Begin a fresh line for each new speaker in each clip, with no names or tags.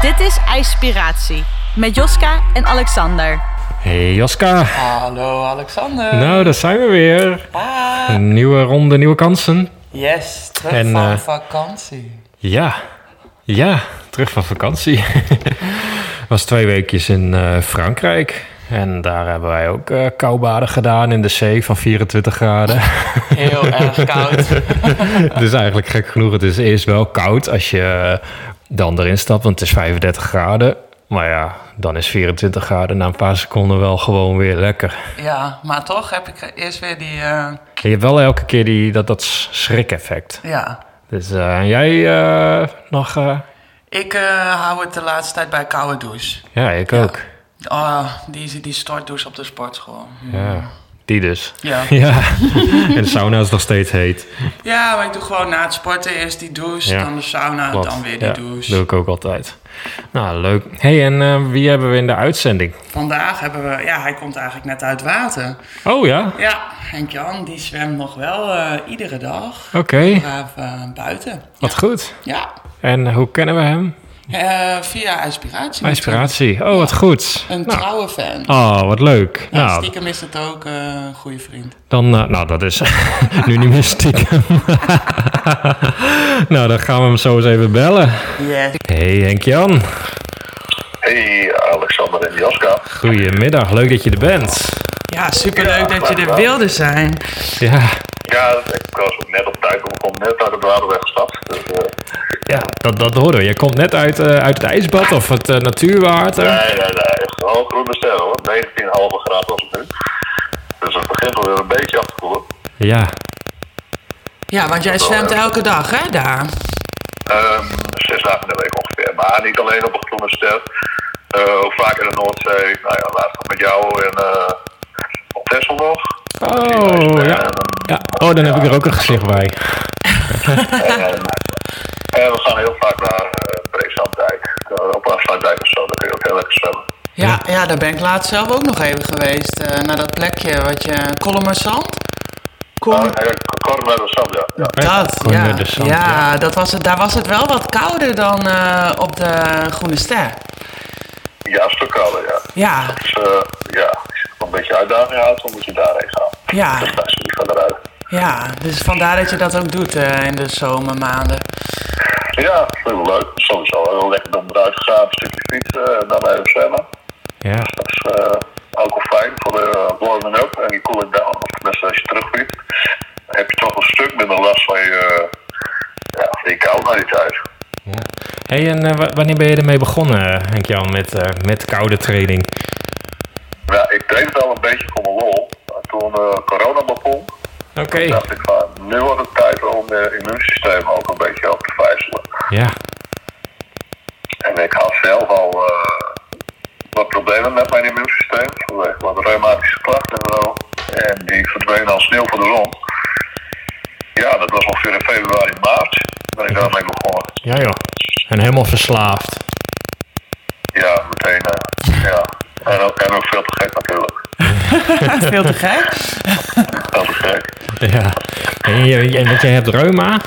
Dit is IJspiratie met Joska en Alexander.
Hey Joska.
Hallo Alexander.
Nou, daar zijn we weer.
Ah,
Een nieuwe ronde, nieuwe kansen.
yes, terug
En,
van
eh,
vakantie.
Ja. Ja, terug van vakantie. was twee weekjes in eh, Frankrijk. En daar hebben wij ook eh koubaden gedaan in de zee van 24 graden.
Heel erg koud.
Het is eigenlijk gek genoeg. Het is eerst wel koud als je eh, dan erin stapt, want het is 35 graden. Maar ja, dan is 24 graden na een paar seconden wel gewoon weer lekker.
Ja, maar toch heb ik eerst weer die... eh,
En je hebt wel elke keer die, dat, dat schrik-effect.
ja,
Dus eh, en jij eh, nog? eh?
ik eh, hou het de laatste tijd bij koude douche.
ja, ik ook.
Ah, die, die stortdouche op de sportschool.
Ja, die dus.
Ja.
Ja, en de sauna is nog steeds heet.
ja, maar ik doe gewoon na het sporten eerst die douche,
Ja,
dan de sauna,
Klopt.
dan weer die
Ja,
douche.
doe ik ook altijd. Nou, leuk. hey, en eh, wie hebben we in de uitzending?
Vandaag hebben we... Ja, hij komt eigenlijk net uit water.
Oh ja,
Ja, Henk-Jan, die zwemt nog wel eh, iedere dag.
oké.
Braaf eh, buiten.
Wat goed.
Ja,
En hoe kennen we hem?
Eh, via Inspiratie.
Inspiratie. Oh, wat goed.
Een
Nou,
trouwe fan.
Oh, wat leuk.
Ja,
nou,
Stiekem is het ook eh, een goede vriend.
dan, eh, nou, dat is nu niet meer stiekem. nou, dan gaan we hem zo eens even bellen.
Yes.
hey, Henk-Jan.
Hey Alexander en Jaska.
Goedemiddag. Leuk dat je er bent.
Ja, superleuk dat je er wilde zijn.
Ja,
Ja, ik was ook net op tijd, want ik kom net uit de Waderweg gestapt. Dus, eh,
ja dat, dat horen we. Je komt net uit, eh, uit het ijsbad of het eh, natuurwater.
nee, nee, nee, echt al groene sterren hoor. 19,5 graden was het nu. Dus het begint alweer een beetje af te koelen.
Ja,
Ja, want jij zwemt elke dag, hè, daar?
Ehm, zes dagen in de week ongeveer. Maar niet alleen op een groene ster. Eh, ook vaak in de Noordzee. Nou ja, laatst nog met jou in, eh op Texel nog.
Oh, ja. ja. Oh, dan heb ik er ook een gezicht bij.
En, en we gaan heel vaak naar eh Breeksandijk. Eh, op Afsluitdijk of zo, daar kun je ook heel lekker zwemmen.
Ja, ja, daar ben ik laatst zelf ook nog even geweest. eh, naar dat plekje wat je... Kolommersand? Kom,
Oh, nee, Corona de Sand, ja. ja.
dat,
Gewoon,
ja.
eh, de zand,
ja, dat was het, daar was het wel wat kouder dan eh, op de Groene Ster.
Ja, een stuk kouder, ja.
Ja,
Dus eh, ja, als je een beetje uitdaging houdt, dan moet je daarheen gaan.
Ja.
Dus daar zit je verder uit.
ja, dus vandaar dat je dat ook doet eh, in de zomermaanden.
Ja, heel leuk. Sowieso heel lekker om eruit te gaan, een stukje fietsen eh, en dan even zwemmen.
Ja,
Dat is eh, ook wel fijn voor de eh, warming up en die cooling down. Of tenminste, als je terugfietst, dan heb je toch een stuk minder last van je, eh, ja, van je kou naar die tijd.
ja. hey, en eh, wa- wanneer ben je ermee begonnen, Henk-Jan, met, eh, met koude training?
Ja, ik deed het al een beetje voor mijn lol. Maar toen eh, corona begon,
Oké.
dacht ik van, nu wordt het tijd om je immuunsysteem ook een beetje op te vijzelen.
Ja,
En ik had zelf al eh, wat problemen met mijn immuunsysteem, vanwege wat reumatische klachten en zo. En die verdwenen als sneeuw voor de zon. Ja, dat was ongeveer in februari, maart ben ik daarmee begonnen.
ja joh. En helemaal verslaafd.
Ja, meteen. eh, ja. En ook, en ook veel te gek natuurlijk.
Veel te gek.
Veel te gek.
Ja. En, je, en want jij hebt reuma?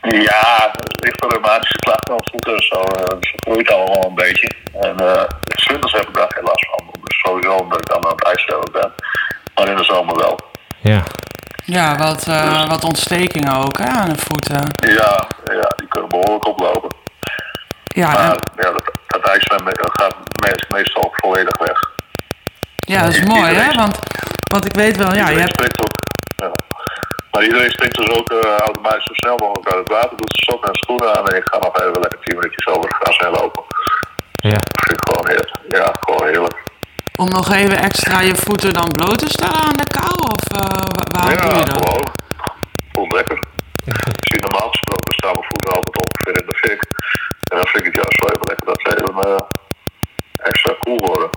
Ja, lichte reumatische klachten op voeten en zo. eh, dus het groeit allemaal een beetje. En eh, in de winters heb ik daar geen last van. Dus sowieso omdat ik dan aan het ijsstellen ben. Maar in de zomer wel.
Ja.
Ja, wat, eh, wat ontstekingen ook hè, aan de voeten.
Ja, ja, die kunnen behoorlijk oplopen.
Ja,
Maar
en-
ja, dat, dat ijsbeen me- dat gaat me- meestal volledig weg.
ja dat is mooi hè, want, want ik weet wel, ja, je
iedereen
hebt,
springt ook. Ja. Maar iedereen springt dus ook eh, automatisch zo snel mogelijk uit het water. Dus Doet zijn sokken en schoenen aan en ik ga nog even lekker 10 minuutjes over het gras heen lopen.
Ja.
Dat vind ik gewoon heerlijk. Ja, gewoon heerlijk.
om nog even extra je voeten dan bloot te stellen aan de kou? Of eh, wa- waarom
ja,
doe je dat?
gewoon. Voelt lekker. Ik zie normaal gesproken staan mijn voeten altijd ongeveer in de fik. En dan vind ik het juist wel even lekker dat ze even eh, extra cool worden.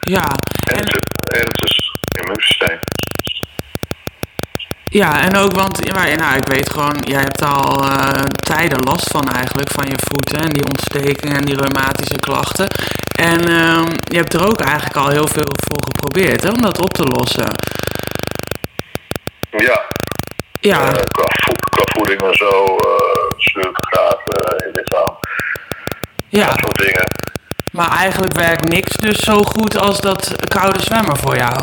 Ja
En
en,
het is- en het is immuunsysteem.
ja, en ook want ja, maar, nou, ik weet gewoon, jij hebt al eh, tijden last van eigenlijk, van je voeten en die ontstekingen en die reumatische klachten. En ehm, je hebt er ook eigenlijk al heel veel voor geprobeerd hè, om dat op te lossen.
Ja,
Ja,
Eh, qua, vo- qua voeding en zo, eh 70 graden eh, in het lichaam. dat
Ja,
soort dingen.
maar eigenlijk werkt niks dus zo goed als dat koude zwemmen voor jou.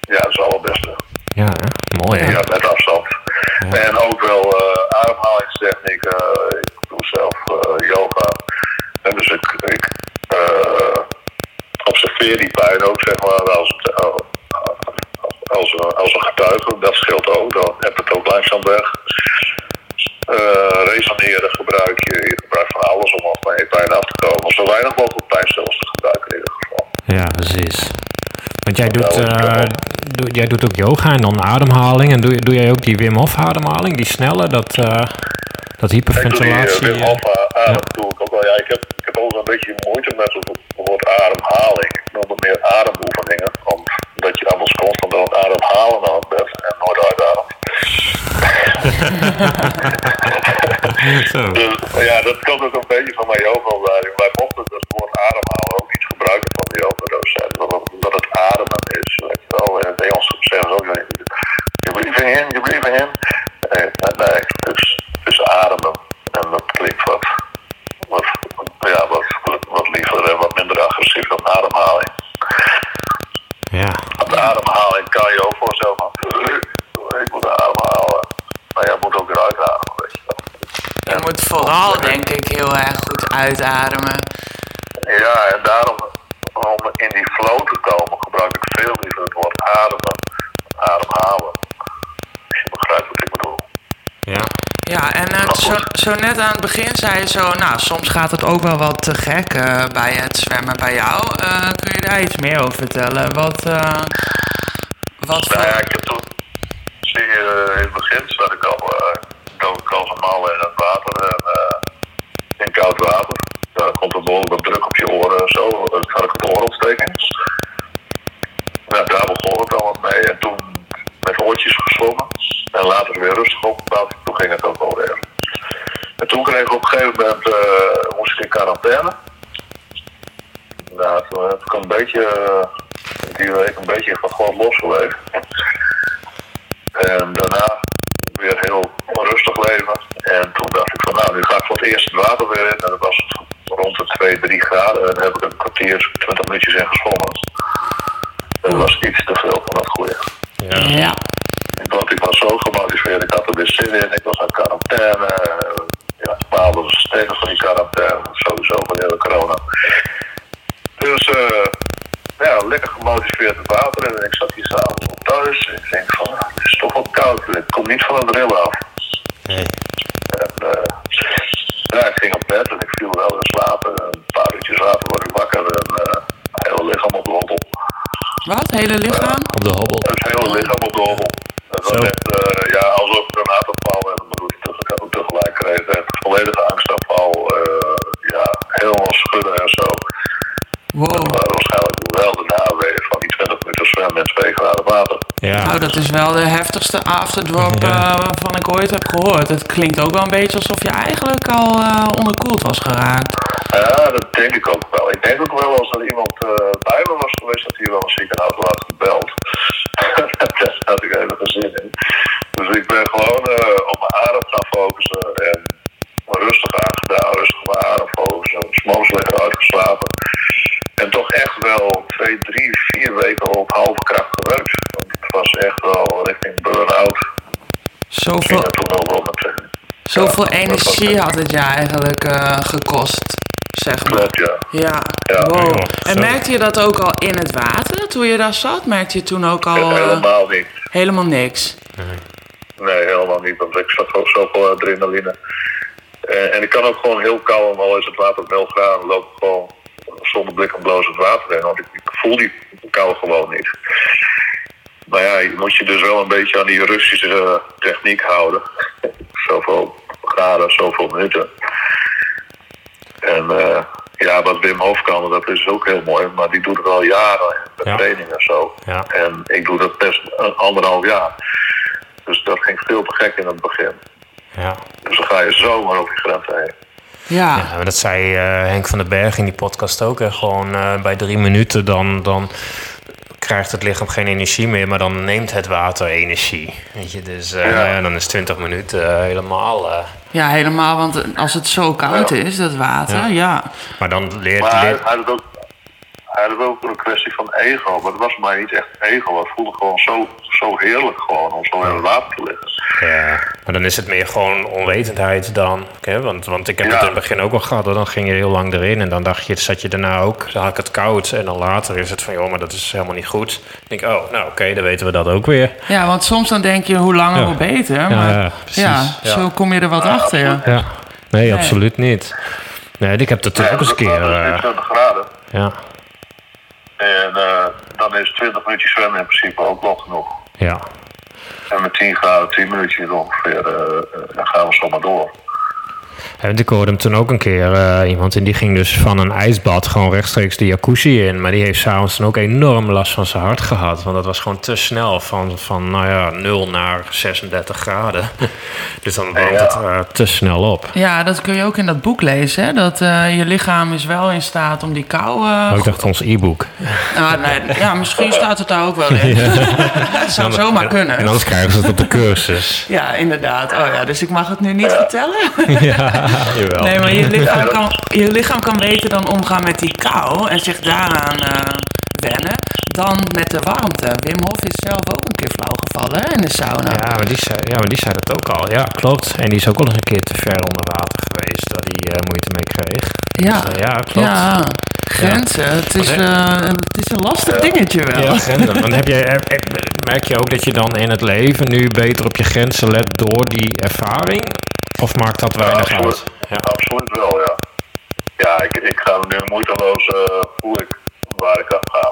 Ja, dat is wel het beste.
Oh, Ja, hè? mooi hè?
Ja, met afstand. En ook wel eh ademhalingstechniek. eh, ik doe zelf eh, yoga. En dus ik, ik eh, observeer die pijn ook, zeg maar, als, eh, als, als een getuige. Dat scheelt ook. Dan heb het ook langzaam weg. Eh, resoneren gebruik je. Je gebruikt van alles om van je pijn af te komen. Zo weinig mogelijk pijnstillers te gebruiken in ieder geval.
Ja, precies. Want jij doet,
Nou, dat is
eh,
wel.
doe- jij doet ook yoga en dan ademhaling. En doe, doe jij ook die Wim Hof ademhaling, die snelle, dat, eh, dat
Ik doe die eh,
hyperventilatie?
Wim
eh?
Hof eh, adem doe ik ook wel. Ja, ik heb, ik heb ook wel een beetje moeite met het woord ademhaling. Ik noem het meer ademoefeningen. Omdat je anders constant aan het ademhalen aan het bent en nooit uitademt.
eh, Zo.
Dus ja, dat komt ook een beetje van mijn yoga-opleiding. Wij mochten het woord ademhalen ook niet gebruiken van de yoga-docent. Omdat, omdat het ademen is. Weet je wel, in het Engels zeggen ze ook. eh, You believe in him, you believe in him. Nee, nee, nee. Dus, dus ademen. En dat klinkt wat, wat, ja, wat, wat liever en wat minder agressief dan ademhaling.
Ja,
Want ademhaling kan je ook voorstellen van... Ik moet ademhalen. Maar jij moet ook weer uitademen, weet je wel.
Je moet vooral, denk ik, heel erg goed uitademen.
Ja, en daarom, om in die flow te komen, gebruik ik veel liever het woord ademen, ademhalen. Als je begrijpt wat ik bedoel.
ja.
Ja, en eh,
Maar
zo,
goed.
zo net aan het begin zei je zo, nou, soms gaat het ook wel wat te gek eh, bij het zwemmen bij jou. Eh, kun je daar iets meer over vertellen? Wat, eh, wat
Nou ja,
voor-
ik heb toen, zie je, eh, in het begin zat ik al, eh dook ik als een mal in het water, en, eh, in koud water. Daar komt een behoorlijke druk op je oren en zo, dan had ik het oorontsteking. Nou, daar begon het allemaal mee en toen met oortjes gezwommen en later weer rustig opgebouwd, toen ging het ook wel weer. En toen kreeg ik op een gegeven moment, eh, moest ik in quarantaine. Nou, toen heb ik een beetje, eh, die week een beetje van gewoon losgeleefd. En daarna weer heel rustig leven. En toen dacht ik van nou, nu ga ik voor het eerst het water weer in. En dat was rond de 2, 3 graden. En daar heb ik een kwartier, 20 minuutjes in gezwommen. Dat was iets te veel van dat goede.
ja.
Ja.
Want ik was zo gemotiveerd, ik had er dus weer zin in, ik was aan quarantaine. eh, Ja, ik baalde dus stevig van die quarantaine, sowieso van de hele corona. Dus eh, ja, lekker gemotiveerd het water in. En ik zat hier s'avonds op thuis en ik denk van, het is toch wel koud, het komt niet van het rillen af.
Nee.
En, eh, ja, ik ging op bed en ik viel wel in slaap. En een paar uurtjes later word ik wakker en eh mijn hele lichaam op de hobbel.
Wat? Hele lichaam?
Op de hobbel.
Het hele lichaam op de hobbel. Het was
Oh. Zo.
echt, eh, ja, alsof ik een hartaanval en een bloedje tege- tegelijk kreeg. Het volledige angstaanval, eh, ja, helemaal schudden en zo.
Wow.
Maar waarschijnlijk wel de naweeën van die 20 minuten zwemmen in 2 graden water.
Ja,
Nou, dat is wel de heftigste afterdrop eh,
Ja.
waarvan ik ooit heb gehoord. Het klinkt ook wel een beetje alsof je eigenlijk al eh, onderkoeld was geraakt.
Ja, dat denk ik ook wel. Ik denk ook wel als er iemand eh, bij me was geweest, dat hij wel een ziekenhuis had gebeld. Daar had ik even gezin in. Dus ik ben gewoon eh, op mijn adem gaan focussen en rustig aangedaan, rustig op mijn adem focussen, s'morgens lekker uitgeslapen. En toch echt wel twee, drie, vier weken op halve kracht gewerkt. Want het was echt wel richting burn-out. Ik
Zoveel,
ging er toen ook wel met
zoveel
Ja, dat was
energie
het.
had het je eigenlijk eh, gekost, zeg maar.
Klopt, ja.
Ja,
Ja.
wow.
Ja,
en
zo.
merkte je dat ook al in het water toen je daar zat? Merkte je toen ook al eh,
Helemaal niet.
helemaal niks?
Nee, helemaal niet, want ik zag ook zoveel adrenaline. Eh, en ik kan ook gewoon heel kalm, al is het water wel gaan, loop ik gewoon zonder blik en bloos het water in. Want ik, ik voel die kou gewoon niet. Maar ja, je moet je dus wel een beetje aan die Russische eh, techniek houden. zoveel graden, zoveel minuten. En eh, ja, wat Wim Hof kan, dat is ook heel mooi. Maar die doet het al jaren, met
Ja.
training en zo.
Ja.
En ik doe dat best een anderhalf jaar. Dus dat ging veel te gek in het begin.
ja.
Dus dan ga je zomaar over je grenzen heen.
Ja,
Ja, maar dat zei eh, Henk van den Berg in die podcast ook. Hè. Gewoon eh, bij drie minuten dan, dan krijgt het lichaam geen energie meer, maar dan neemt het water energie. Weet je, dus eh,
Ja.
nou ja, dan is 20 minuten eh, helemaal. eh,
Ja, helemaal, want als het zo koud is, dat water,
Ja.
ja.
maar dan leert.
Maar hij,
leert-
hij had het ook, hij had het ook een kwestie van ego. Maar het was voor mij niet echt ego. Het voelde gewoon zo, zo heerlijk gewoon om zo in het water te liggen.
Ja, maar dan is het meer gewoon onwetendheid dan. Oké, want, want ik heb
Ja.
het in het begin ook al gehad. hoor. Dan ging je heel lang erin en dan dacht je, zat je daarna ook, dan had ik het koud. En dan later is het van, joh, maar dat is helemaal niet goed. Dan denk ik, oh, nou oké, dan weten we dat ook weer.
Ja, want soms dan denk je hoe langer
Ja.
hoe beter. Maar
ja,
ja,
precies. Ja.
zo kom je er wat achter. Ja.
Ja, nee, absoluut niet. Nee, ik heb dat toen ook eens een keer.
Dat is
eh,
20 graden.
ja,
En eh, dan is 20 minuutjes zwemmen in principe ook wel genoeg.
ja,
En met 10 graden, 10 minuutjes ongeveer, eh, eh, dan gaan we zomaar door.
En ik hoorde hem toen ook een keer eh, iemand en die ging dus van een ijsbad gewoon rechtstreeks de jacuzzi in. Maar die heeft s'avonds dan ook enorm last van zijn hart gehad. Want dat was gewoon te snel van, van nou ja, 0 naar 36 graden. dus dan warmt het eh, te snel op.
ja, dat kun je ook in dat boek lezen. Hè? Dat eh, je lichaam is wel in staat om die kou... eh,
Maar ik dacht ons e-book.
Ah, nee, ja, misschien staat het daar ook wel in. dat zou zomaar
En
kunnen.
anders krijgen ze het op de cursus.
Ja, inderdaad. Oh ja, dus ik mag het nu niet vertellen.
Jawel.
Nee, maar je lichaam, kan, je lichaam kan beter dan omgaan met die kou en zich daaraan eh, wennen dan met de warmte. Wim Hof is zelf ook een keer flauw gevallen hè, in de sauna.
Ja, maar die zei, ja, maar die zei dat ook al. Ja, klopt. En die is ook al eens een keer te ver onder water geweest. Dat hij eh, moeite mee kreeg.
Ja,
Dus, eh, ja, klopt.
Ja, grenzen. Het, is,
Oké.
eh, het is een lastig dingetje wel.
Ja, grenzen. Want heb je, heb- heb- merk je ook dat je dan in het leven nu beter op je grenzen let door die ervaring? Of maakt dat weinig uit?
absoluut,
Ja.
absoluut wel, ja. Ja, ik, ik ga nu moeiteloos eh voel ik waar ik aan ga.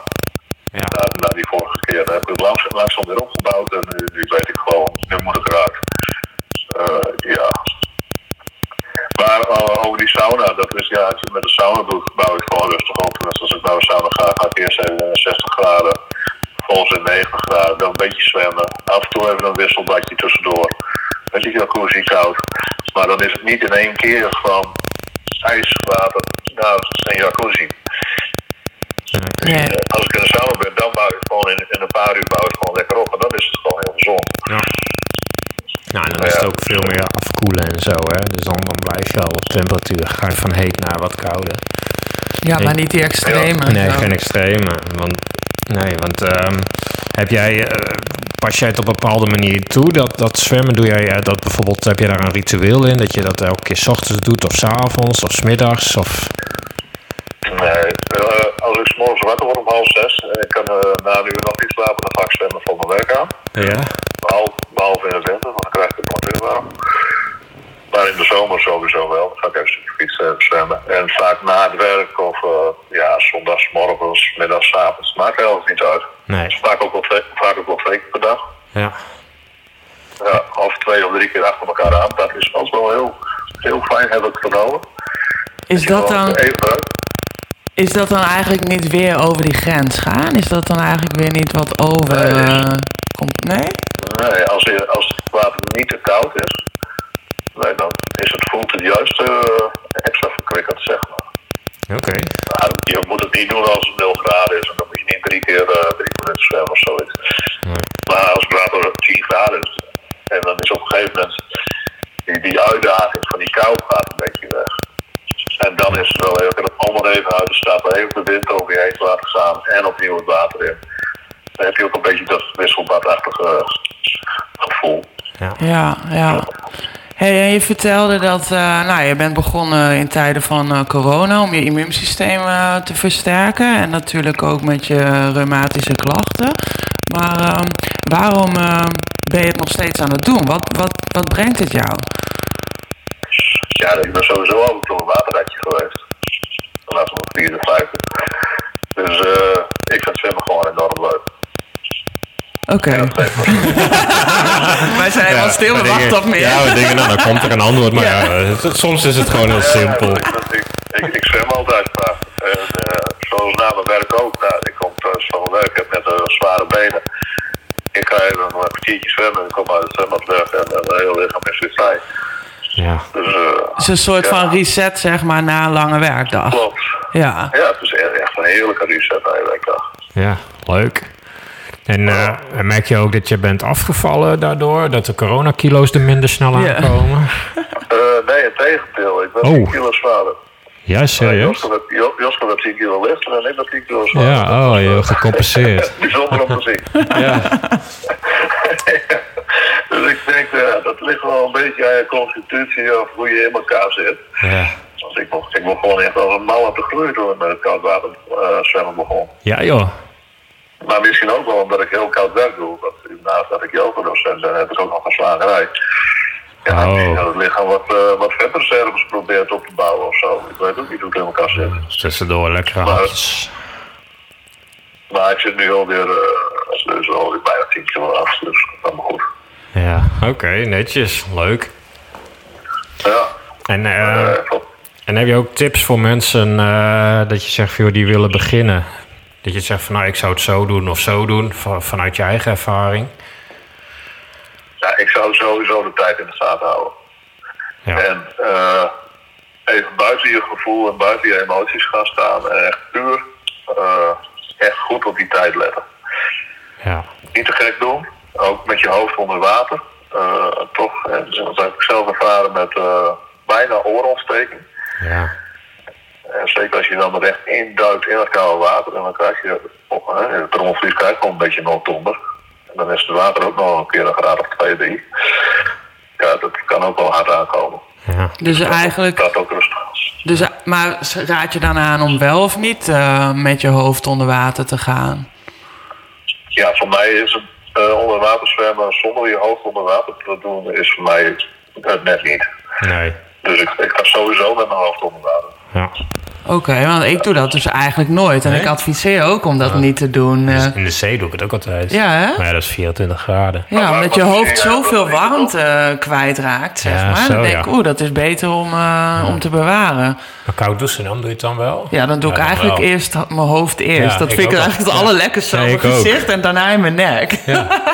Ja.
Na, na die vorige keer heb ik het langs, langzaam weer opgebouwd en nu, nu weet ik gewoon, nu moet ik raak. Eh, ja. Maar eh, over die sauna, dat is ja, als je met de sauna doet, bouw ik gewoon rustig op. Dus als ik naar de sauna ga, ga ik eerst even eh, 60 graden, volgens in 90 graden, dan een beetje zwemmen. Af en toe even een wisselbadje tussendoor. Dan zit je ook hoe koud. Maar dan is het niet in één keer van ijswater naar een jacuzzi.
Nee.
Eh, Als ik in de sauna ben, dan bouw ik gewoon in, in een paar uur bouw ik gewoon lekker op. En dan is het gewoon heel gezond.
Ja. Nou, en dan is het ook veel meer afkoelen en zo, hè. Dus dan, dan blijf je al op temperatuur. Ga je van heet naar wat kouder.
Ja, maar niet die extreme.
Nee,
zo.
geen extreme. Want, nee, want ehm, heb jij, eh, pas jij het op een bepaalde manier toe? Dat, dat zwemmen, doe jij eh, dat bijvoorbeeld, heb je daar een ritueel in? Dat je dat elke keer 's ochtends doet, of 's avonds, of 's middags? Of,
Nee, eh, als ik s'morgens wakker word om half zes en ik kan eh, na een uur nog niet slapen, dan ga ik zwemmen voor mijn werk aan.
ja?
Behal- Behalve in de winter, want dan krijg ik het nog weer warm. Maar in de zomer sowieso wel. Dan ga ik even een stukje fietsen en zwemmen. En vaak na het werk of eh ja, zondagsmorgens, middags, 's avonds. Maakt eigenlijk niet uit.
Nee.
Vaak ook wel twee, vaak ook wel twee keer per dag.
Ja.
Ja, of twee of drie keer achter elkaar aan. Dat is altijd wel heel, heel fijn, heb ik genomen.
Is dat, dan,
Even uit.
is dat dan eigenlijk niet weer over die grens gaan? Is dat dan eigenlijk weer niet wat over...
Nee.
eh, komt? Nee?
Nee, als, je- als het water niet te koud is, nee, dan is het, voelt het juist eh, extra verkwikkend, zeg maar.
Oké.
Maar Nou, je moet het niet doen als het 0 graden is, en dan moet je niet drie keer eh, drie minuten zwemmen of zoiets. Maar als het water 10 graden is, en dan is op een gegeven moment die, die uitdaging van die kou gaat een beetje weg. En dan is het wel heel erg allemaal even uit de stap, even de wind over je heen laten gaan en opnieuw het water in. Dan heb je ook een beetje dat wisselbadachtige eh, gevoel.
Ja, ja. Hey, en je vertelde dat eh, nou, je bent begonnen in tijden van eh, corona om je immuunsysteem eh, te versterken. En natuurlijk ook met je reumatische klachten. Maar ehm, waarom ehm, ben je het nog steeds aan het doen? Wat, wat, wat brengt het jou?
Ja, ik ben sowieso altijd door een waterratje geweest. Vanaf mijn vierde, vijfde. Dus eh, ik vind zwemmen gewoon enorm leuk.
Oké. Wij zijn helemaal stil, we wachten op meer.
Ja, we denken, nou, dan komt er een antwoord. Maar ja. het- soms is het gewoon heel simpel.
Ja, ik, ik, ik, ik zwem altijd maar. En, eh, zoals na mijn werk ook. Nou, ik kom thuis van mijn werk ik heb net eh, zware benen. Ik ga even een kwartiertje zwemmen en ik kom uit het zwembad weg en eh, mijn hele lichaam is weer vrij.
Ja.
Dus eh,
Het is een soort van reset, zeg maar, na een lange werkdag.
klopt.
Ja.
Ja, het is echt echt een heerlijke reset eigenlijk.
ja, leuk. En eh, merk je ook dat je bent afgevallen daardoor? Dat de coronakilo's er minder snel
Ja.
aankomen?
Eh, nee, het tegendeel. Ik ben
Oh.
10 kilo zwaarder.
Ja, serieus?
Josko werd- Jo- Josko werd 10 kilo lichter en ik ben 10 kilo zwaarder.
Ja, oh, je hebt gecompenseerd.
Bijzonder om te zien.
Ja,
dus ik denk, eh, dat ligt wel een beetje aan je constitutie of hoe je in elkaar zit.
ja.
Want ik mocht, ik mocht gewoon echt als een malle te groeien toen ik met het koudwater eh, zwemmen begon.
ja joh.
Maar misschien ook wel omdat ik heel koud werk doe. Want naast dat ik yogadocent ben, heb ik ook nog een slagerij. Ja,
Oh.
misschien dat het lichaam wat, eh wat vetreserves probeert op te bouwen of zo. Ik weet ook niet hoe het in elkaar zit.
Tussendoor lekkere hapjes.
Maar ik zit nu alweer eh dus alweer bijna 10 kilo af, dus dat gaat maar goed.
Ja, oké, netjes. Leuk.
Ja,
En, eh,
eh, klopt.
en heb je ook tips voor mensen eh, dat je zegt, van, joh, die willen beginnen? Dat je zegt van, nou, ik zou het zo doen of zo doen, van- vanuit je eigen ervaring.
ja, ik zou sowieso de tijd in de gaten houden.
Ja,
En eh, even buiten je gevoel en buiten je emoties gaan staan. En echt puur, eh, echt goed op die tijd letten.
ja,
Niet te gek doen, ook met je hoofd onder water. Eh, toch, en dat heb ik zelf ervaren met eh, bijna oorontsteking.
ja.
En zeker als je dan recht induikt in het koude water, en dan krijg je, oh, hè, het trommelvlies krijgt wel een beetje een oktober. En dan is het water ook nog een keer een graad of twee, drie. Ja, dat kan ook wel hard aankomen.
ja.
Dus eigenlijk
Dat ook rustig.
Dus, eh, maar s- raad je dan aan om wel of niet eh, met je hoofd onder water te gaan?
Ja, voor mij is het eh, onder water zwemmen zonder je hoofd onder water te doen, is voor mij het net niet.
Nee.
Dus ik, ik ga sowieso met mijn hoofd onder water.
Ja.
Oké, want ik doe dat dus eigenlijk nooit. En
Nee? Dus-
ik adviseer ook om dat niet te doen. eh.
In de zee doe ik het ook altijd.
Ja, hè?
Maar ja, dat is 24 graden.
ja, omdat je
wat
hoofd
zie jij
zoveel
dat ik
warmte eh, kwijtraakt, zeg
Ja,
maar.
zo,
dan denk ik,
ja.
oeh, dat is beter om, eh, om te bewaren.
Maar koud douchen dan, doe je het dan wel?
Ja, dan doe ik
dan
eigenlijk
wel.
eerst dat- mijn hoofd eerst.
Ja,
dat
ik
vind ik,
ook.
eigenlijk het allerlekkerste.
Ja,
op
ik
mijn
ook.
gezicht en daarna in mijn nek.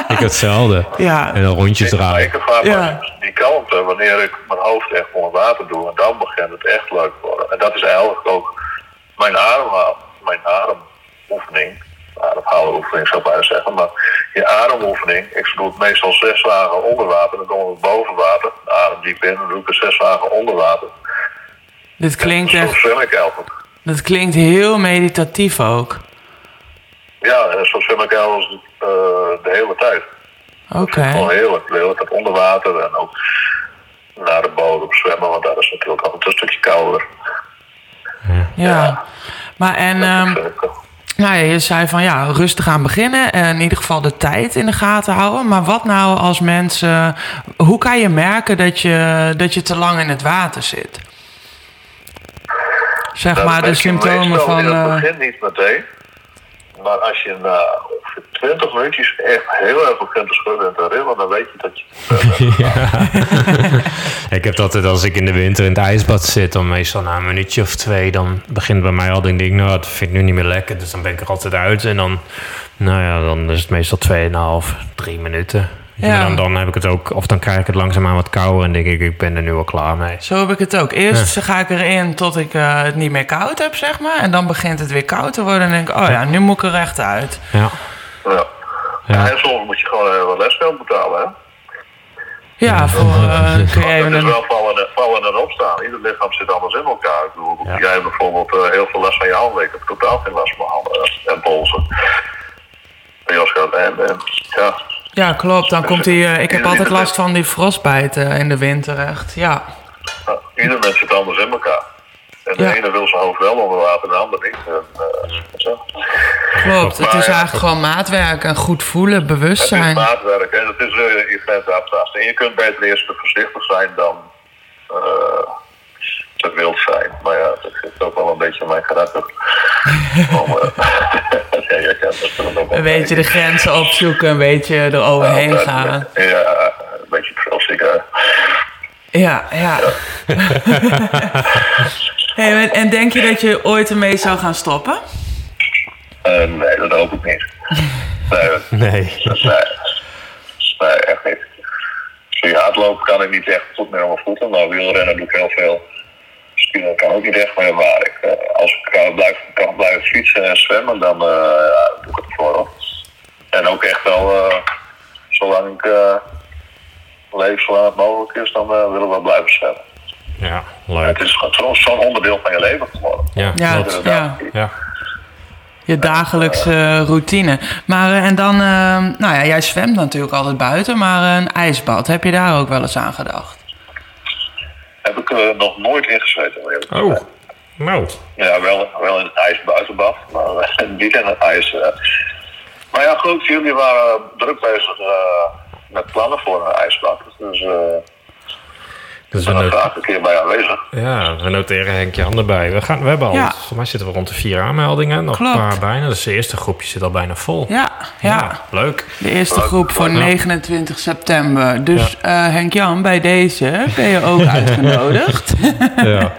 Ik hetzelfde.
Ja.
En dan rondjes
Maar ik
draaien.
ervaar
Ja.
pas die kalmte wanneer ik mijn hoofd echt onder water doe. En dan begint het echt leuk worden. En dat is eigenlijk ook mijn ademhaal, mijn ademoefening. Ademhalenoefening zou ik bijna zeggen. Maar je ademoefening, ik doe het meestal zes dagen onder water. Dan komen we boven water. Adem diep in, dan doe ik het zes dagen onder water.
Dit, klinkt
Zo
echt,
zwem ik eigenlijk.
dit klinkt heel meditatief ook.
Ja, en zo zwem ik eigenlijk eh, de hele tijd.
Oké.
Gewoon heerlijk, heerlijk. Dat onder water en ook naar de bodem zwemmen, want daar is natuurlijk altijd een stukje kouder.
Ja. Maar en, ehm, nou ja, je zei van ja, rustig aan beginnen. En in ieder geval de tijd in de gaten houden. Maar wat nou als mensen. Hoe kan je merken dat je, dat je te lang in het water zit? Zeg
Nou,
maar
dat
de
merk je
symptomen
meestal
van.
In het
eh,
begin niet meteen. Maar als je na ongeveer 20 minuutjes echt heel erg begint te schudden en te rillen, dan weet je dat je.
Ik heb altijd als ik in de winter in het ijsbad zit, dan meestal na een minuutje of twee, dan begint bij mij al denk ik, nou, dat vind ik nu niet meer lekker, dus dan ben ik er altijd uit. En dan, nou ja, dan is het meestal 2,5, 3 minuten. Ja.
Ja.
dan, dan heb ik het ook, of dan krijg ik het langzaamaan wat kouder en denk ik, ik ben er nu al klaar mee.
zo heb ik het ook. Eerst ga ik erin tot ik eh, het niet meer koud heb, zeg maar. En dan begint het weer koud te worden. En denk ik, oh ja, nu moet ik er echt uit.
Ja,
eh, Ja.
Ja.
En soms moet je gewoon eh, wat lesgeld betalen. Hè?
Ja, voor. eh, kun je
Want
even
het is
een.
wel vallen en, vallen en opstaan. Ieder lichaam zit anders in elkaar. Ik bedoel,
Ja.
Jij hebt bijvoorbeeld eh, heel veel last van je handen. Ik heb totaal geen last van mijn handen en polsen. Joschka, en, en, ja.
Ja, klopt. Dan komt die. eh, ik heb
Jullie
altijd
de
last van die frostbijt eh, in de winter, echt. Ja.
Nou, ieder mens zit anders in elkaar. En de
Ja.
ene wil zijn hoofd wel onder water, de ander niet. En, eh, zo.
Klopt, het
Maar
is
ja,
eigenlijk gewoon maatwerk en goed voelen,
Het is
bewustzijn.
maatwerk en het is eh, je grenzen aftasten. En je kunt beter eerst te voorzichtig zijn dan eh, te wild zijn. Maar ja, dat zit ook wel een beetje in mijn karakter. Om, eh, ja, jij kent dat natuurlijk ook wel.
Een beetje de grenzen opzoeken, een beetje eroverheen gaan.
Ja, een beetje trilziger.
Ja, ja. Hey, en- en denk je dat je ooit ermee zou gaan stoppen?
Eh nee, dat hoop ik niet. Nee, dat-
nee.
Nee, nee echt niet. Voor je hardlopen kan ik niet echt goed meer op mijn voeten, maar wielrennen doe ik heel veel. Misschien kan ook niet echt meer, maar ik, eh, als ik kan blijven, kan blijven fietsen en zwemmen, dan eh, ja, doe ik het vooral. En ook echt wel, eh, zolang ik eh, leef, zolang het mogelijk is, dan eh, willen we blijven zwemmen.
Ja,
Het
leuk.
is gewoon zo- zo'n onderdeel van je leven geworden.
Ja,
Ja,
klopt.
het- ja.
Ja.
Je dagelijkse routine. Maar eh, en dan, eh, nou ja, jij zwemt natuurlijk altijd buiten, maar eh, een ijsbad, heb je daar ook wel eens aan gedacht?
Heb ik er nog nooit in gezeten. om eerlijk te
Oh,
zijn.
nou.
Ja, wel, wel in het ijs buitenbad, maar eh, niet in het ijs. eh. Maar ja, goed, jullie waren druk bezig eh, met plannen voor een ijsbad. Dus eh
Dus we,
ben er
no-
graag een keer bij aanwezig.
ja, we noteren Henk Jan erbij. We, gaan, we hebben al,
Ja.
volgens mij zitten we rond de vier aanmeldingen. Nog
Klopt.
een paar bijna. Dus de eerste groepje zit al bijna vol.
Ja, ja.
leuk.
De eerste groep voor 29 september. Dus eh, Henk-Jan, bij deze ben je ook uitgenodigd.
Ja.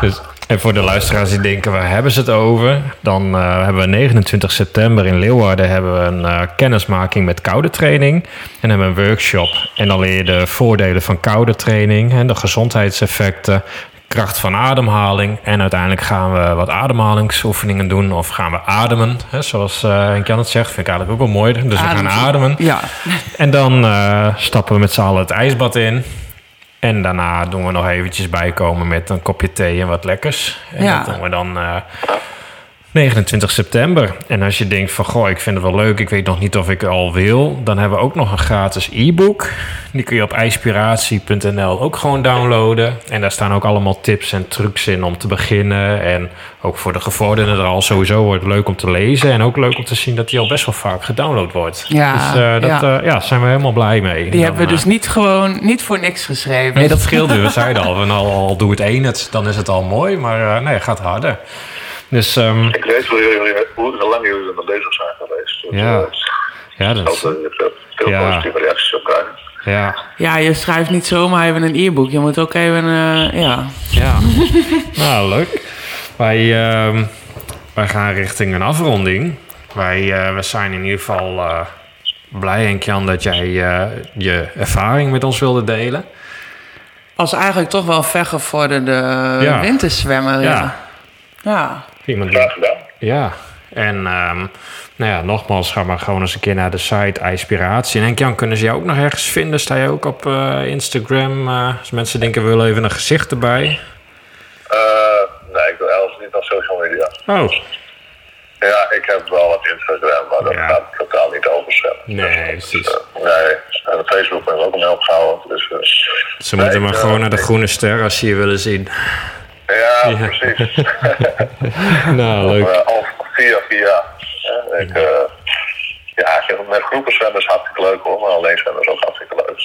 Dus, en voor de luisteraars die denken, waar hebben ze het over? Dan eh, hebben we 29 september in Leeuwarden hebben we een eh, kennismaking met koude training. En hebben we een workshop. En dan leer je de voordelen van koude training en de gezondheidseffecten. Kracht van ademhaling. En uiteindelijk gaan we wat ademhalingsoefeningen doen. Of gaan we ademen. Hè, zoals eh Henk-Jan het zegt. Vind ik eigenlijk ook wel mooi. Dus we gaan ademen.
Ja,
En dan eh, stappen we met z'n allen het ijsbad in. En daarna doen we nog eventjes bijkomen met een kopje thee en wat lekkers. En
Ja.
dat doen we dan eh, 29 september. En als je denkt van, goh, ik vind het wel leuk. Ik weet nog niet of ik al wil. Dan hebben we ook nog een gratis e-book. Die kun je op ijspiratie.nl ook gewoon downloaden. En daar staan ook allemaal tips en trucs in om te beginnen. En ook voor de gevorderden er al sowieso wordt leuk om te lezen. En ook leuk om te zien dat die al best wel vaak gedownload wordt.
Ja,
dus eh, dat,
ja.
eh, ja, zijn we helemaal blij mee. eh,
die hebben we dus niet gewoon niet voor niks geschreven. Dus
Nee, dat scheelde. We zeiden al, van, al, al doe het één, het, dan is het al mooi. Maar eh, nee, het gaat harder. Dus ehm,
Ik weet hoe, jullie, hoe lang jullie ermee bezig zijn geweest. Dus,
Ja.
eh,
ja,
ik
dat
hoop
is,
dat je er veel
Ja.
positieve reacties op krijgt.
ja,
Ja, je schrijft niet zomaar even een e-book. Je moet ook even, eh, ja.
ja. nou, leuk. Wij, ehm, wij gaan richting een afronding. Wij eh, we zijn in ieder geval eh, blij, Henk-Jan, dat jij eh, je ervaring met ons wilde delen.
Als eigenlijk toch wel vergevorderde
Ja.
winterzwemmer. Ja. ja.
Iemand die-
Graag gedaan.
Ja, en ehm, nou ja, nogmaals, ga maar gewoon eens een keer naar de site Inspiratie. En Henk Jan, kunnen ze jou ook nog ergens vinden? Sta je ook op eh, Instagram? eh, als mensen denken, we willen even een gezicht erbij.
Eh, nee, ik doe zelfs niet op social media.
Oh,
Ja, ik heb wel wat Instagram, maar dat
Ja.
gaat totaal niet over zwemmen.
nee, precies.
Eh, nee, en op Facebook ben ik ook mee opgehouden. Dus, eh,
Ze
nee,
moeten maar
eh,
gewoon naar de groene ster als ze je willen zien.
Ja, precies.
Nou, leuk.
Eh, al via via. Eh, ik, eh, ja, ik heb het met groepen zwemmers hartstikke leuk hoor, maar alleen zwemmen is ook hartstikke leuk.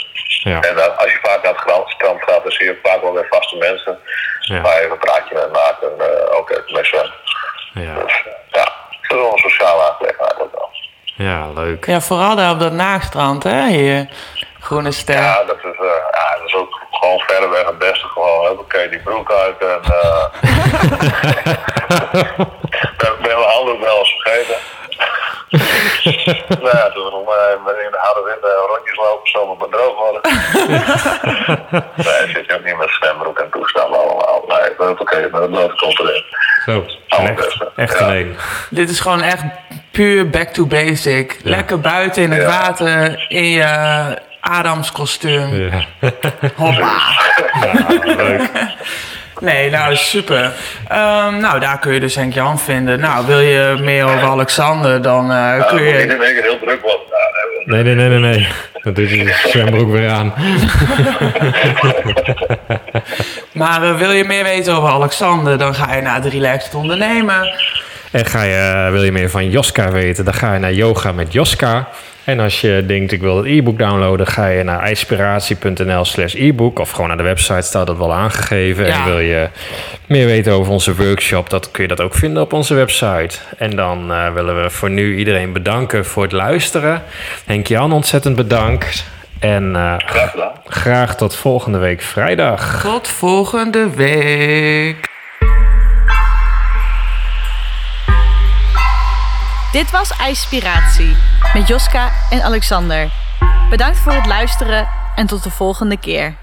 Ja,
En dan, als je vaak naar het grand- strand gaat, dan zie je vaak wel weer vaste mensen.
Ja.
Waar je even een praatje mee maakt en eh, ook even mee zwemmen.
ja,
Dus, eh, ja, het is wel een sociale aangelegenheid ook wel.
ja leuk.
ja, vooral daar op dat naagstrand, hè, hier. Groene ster.
Ja, dat is, eh, ja, dat is ook gewoon verreweg het beste. Gewoon, huppakee, die broek uit en... eh ben, ben mijn handen wel eens vergeten. nou ja, toen we nog maar even in de harde wind eh, rondjes lopen, zomaar maar droog worden. nee, zit je ook niet met zwembroek en toestanden allemaal. Nee, huppakee, met het blote kont erin.
Zo, echt, echt
Ja.
alleen.
Dit is gewoon echt puur back to basic. Lekker buiten in het
Ja.
water in je eh, Adams kostuum.
Ja,
Hoppa.
leuk.
Nee, nou super. Ehm, nou, daar kun je dus Henk Jan vinden. Nou, wil je meer over Alexander, dan eh,
Ja,
kun
moet niet
je.
in één keer heel druk worden daar.
Nee,
hè.
nee, nee, nee, nee. Dat doet je zwembroek weer aan.
Maar eh, wil je meer weten over Alexander, dan ga je naar het Relaxed Ondernemen.
En ga je, wil je meer van Joska weten, dan ga je naar Yoga met Joska. En als je denkt, ik wil het e-book downloaden, ga je naar inspiratie.nl slash e-book. Of gewoon naar de website, staat dat wel aangegeven.
Ja.
En wil je meer weten over onze workshop, dan kun je dat ook vinden op onze website. En dan eh, willen we voor nu iedereen bedanken voor het luisteren. Henk-Jan, ontzettend bedankt. En eh,
Graag gedaan.
graag tot volgende week vrijdag.
Tot volgende week.
Dit was IJspiratie met Joska en Alexander. Bedankt voor het luisteren en tot de volgende keer.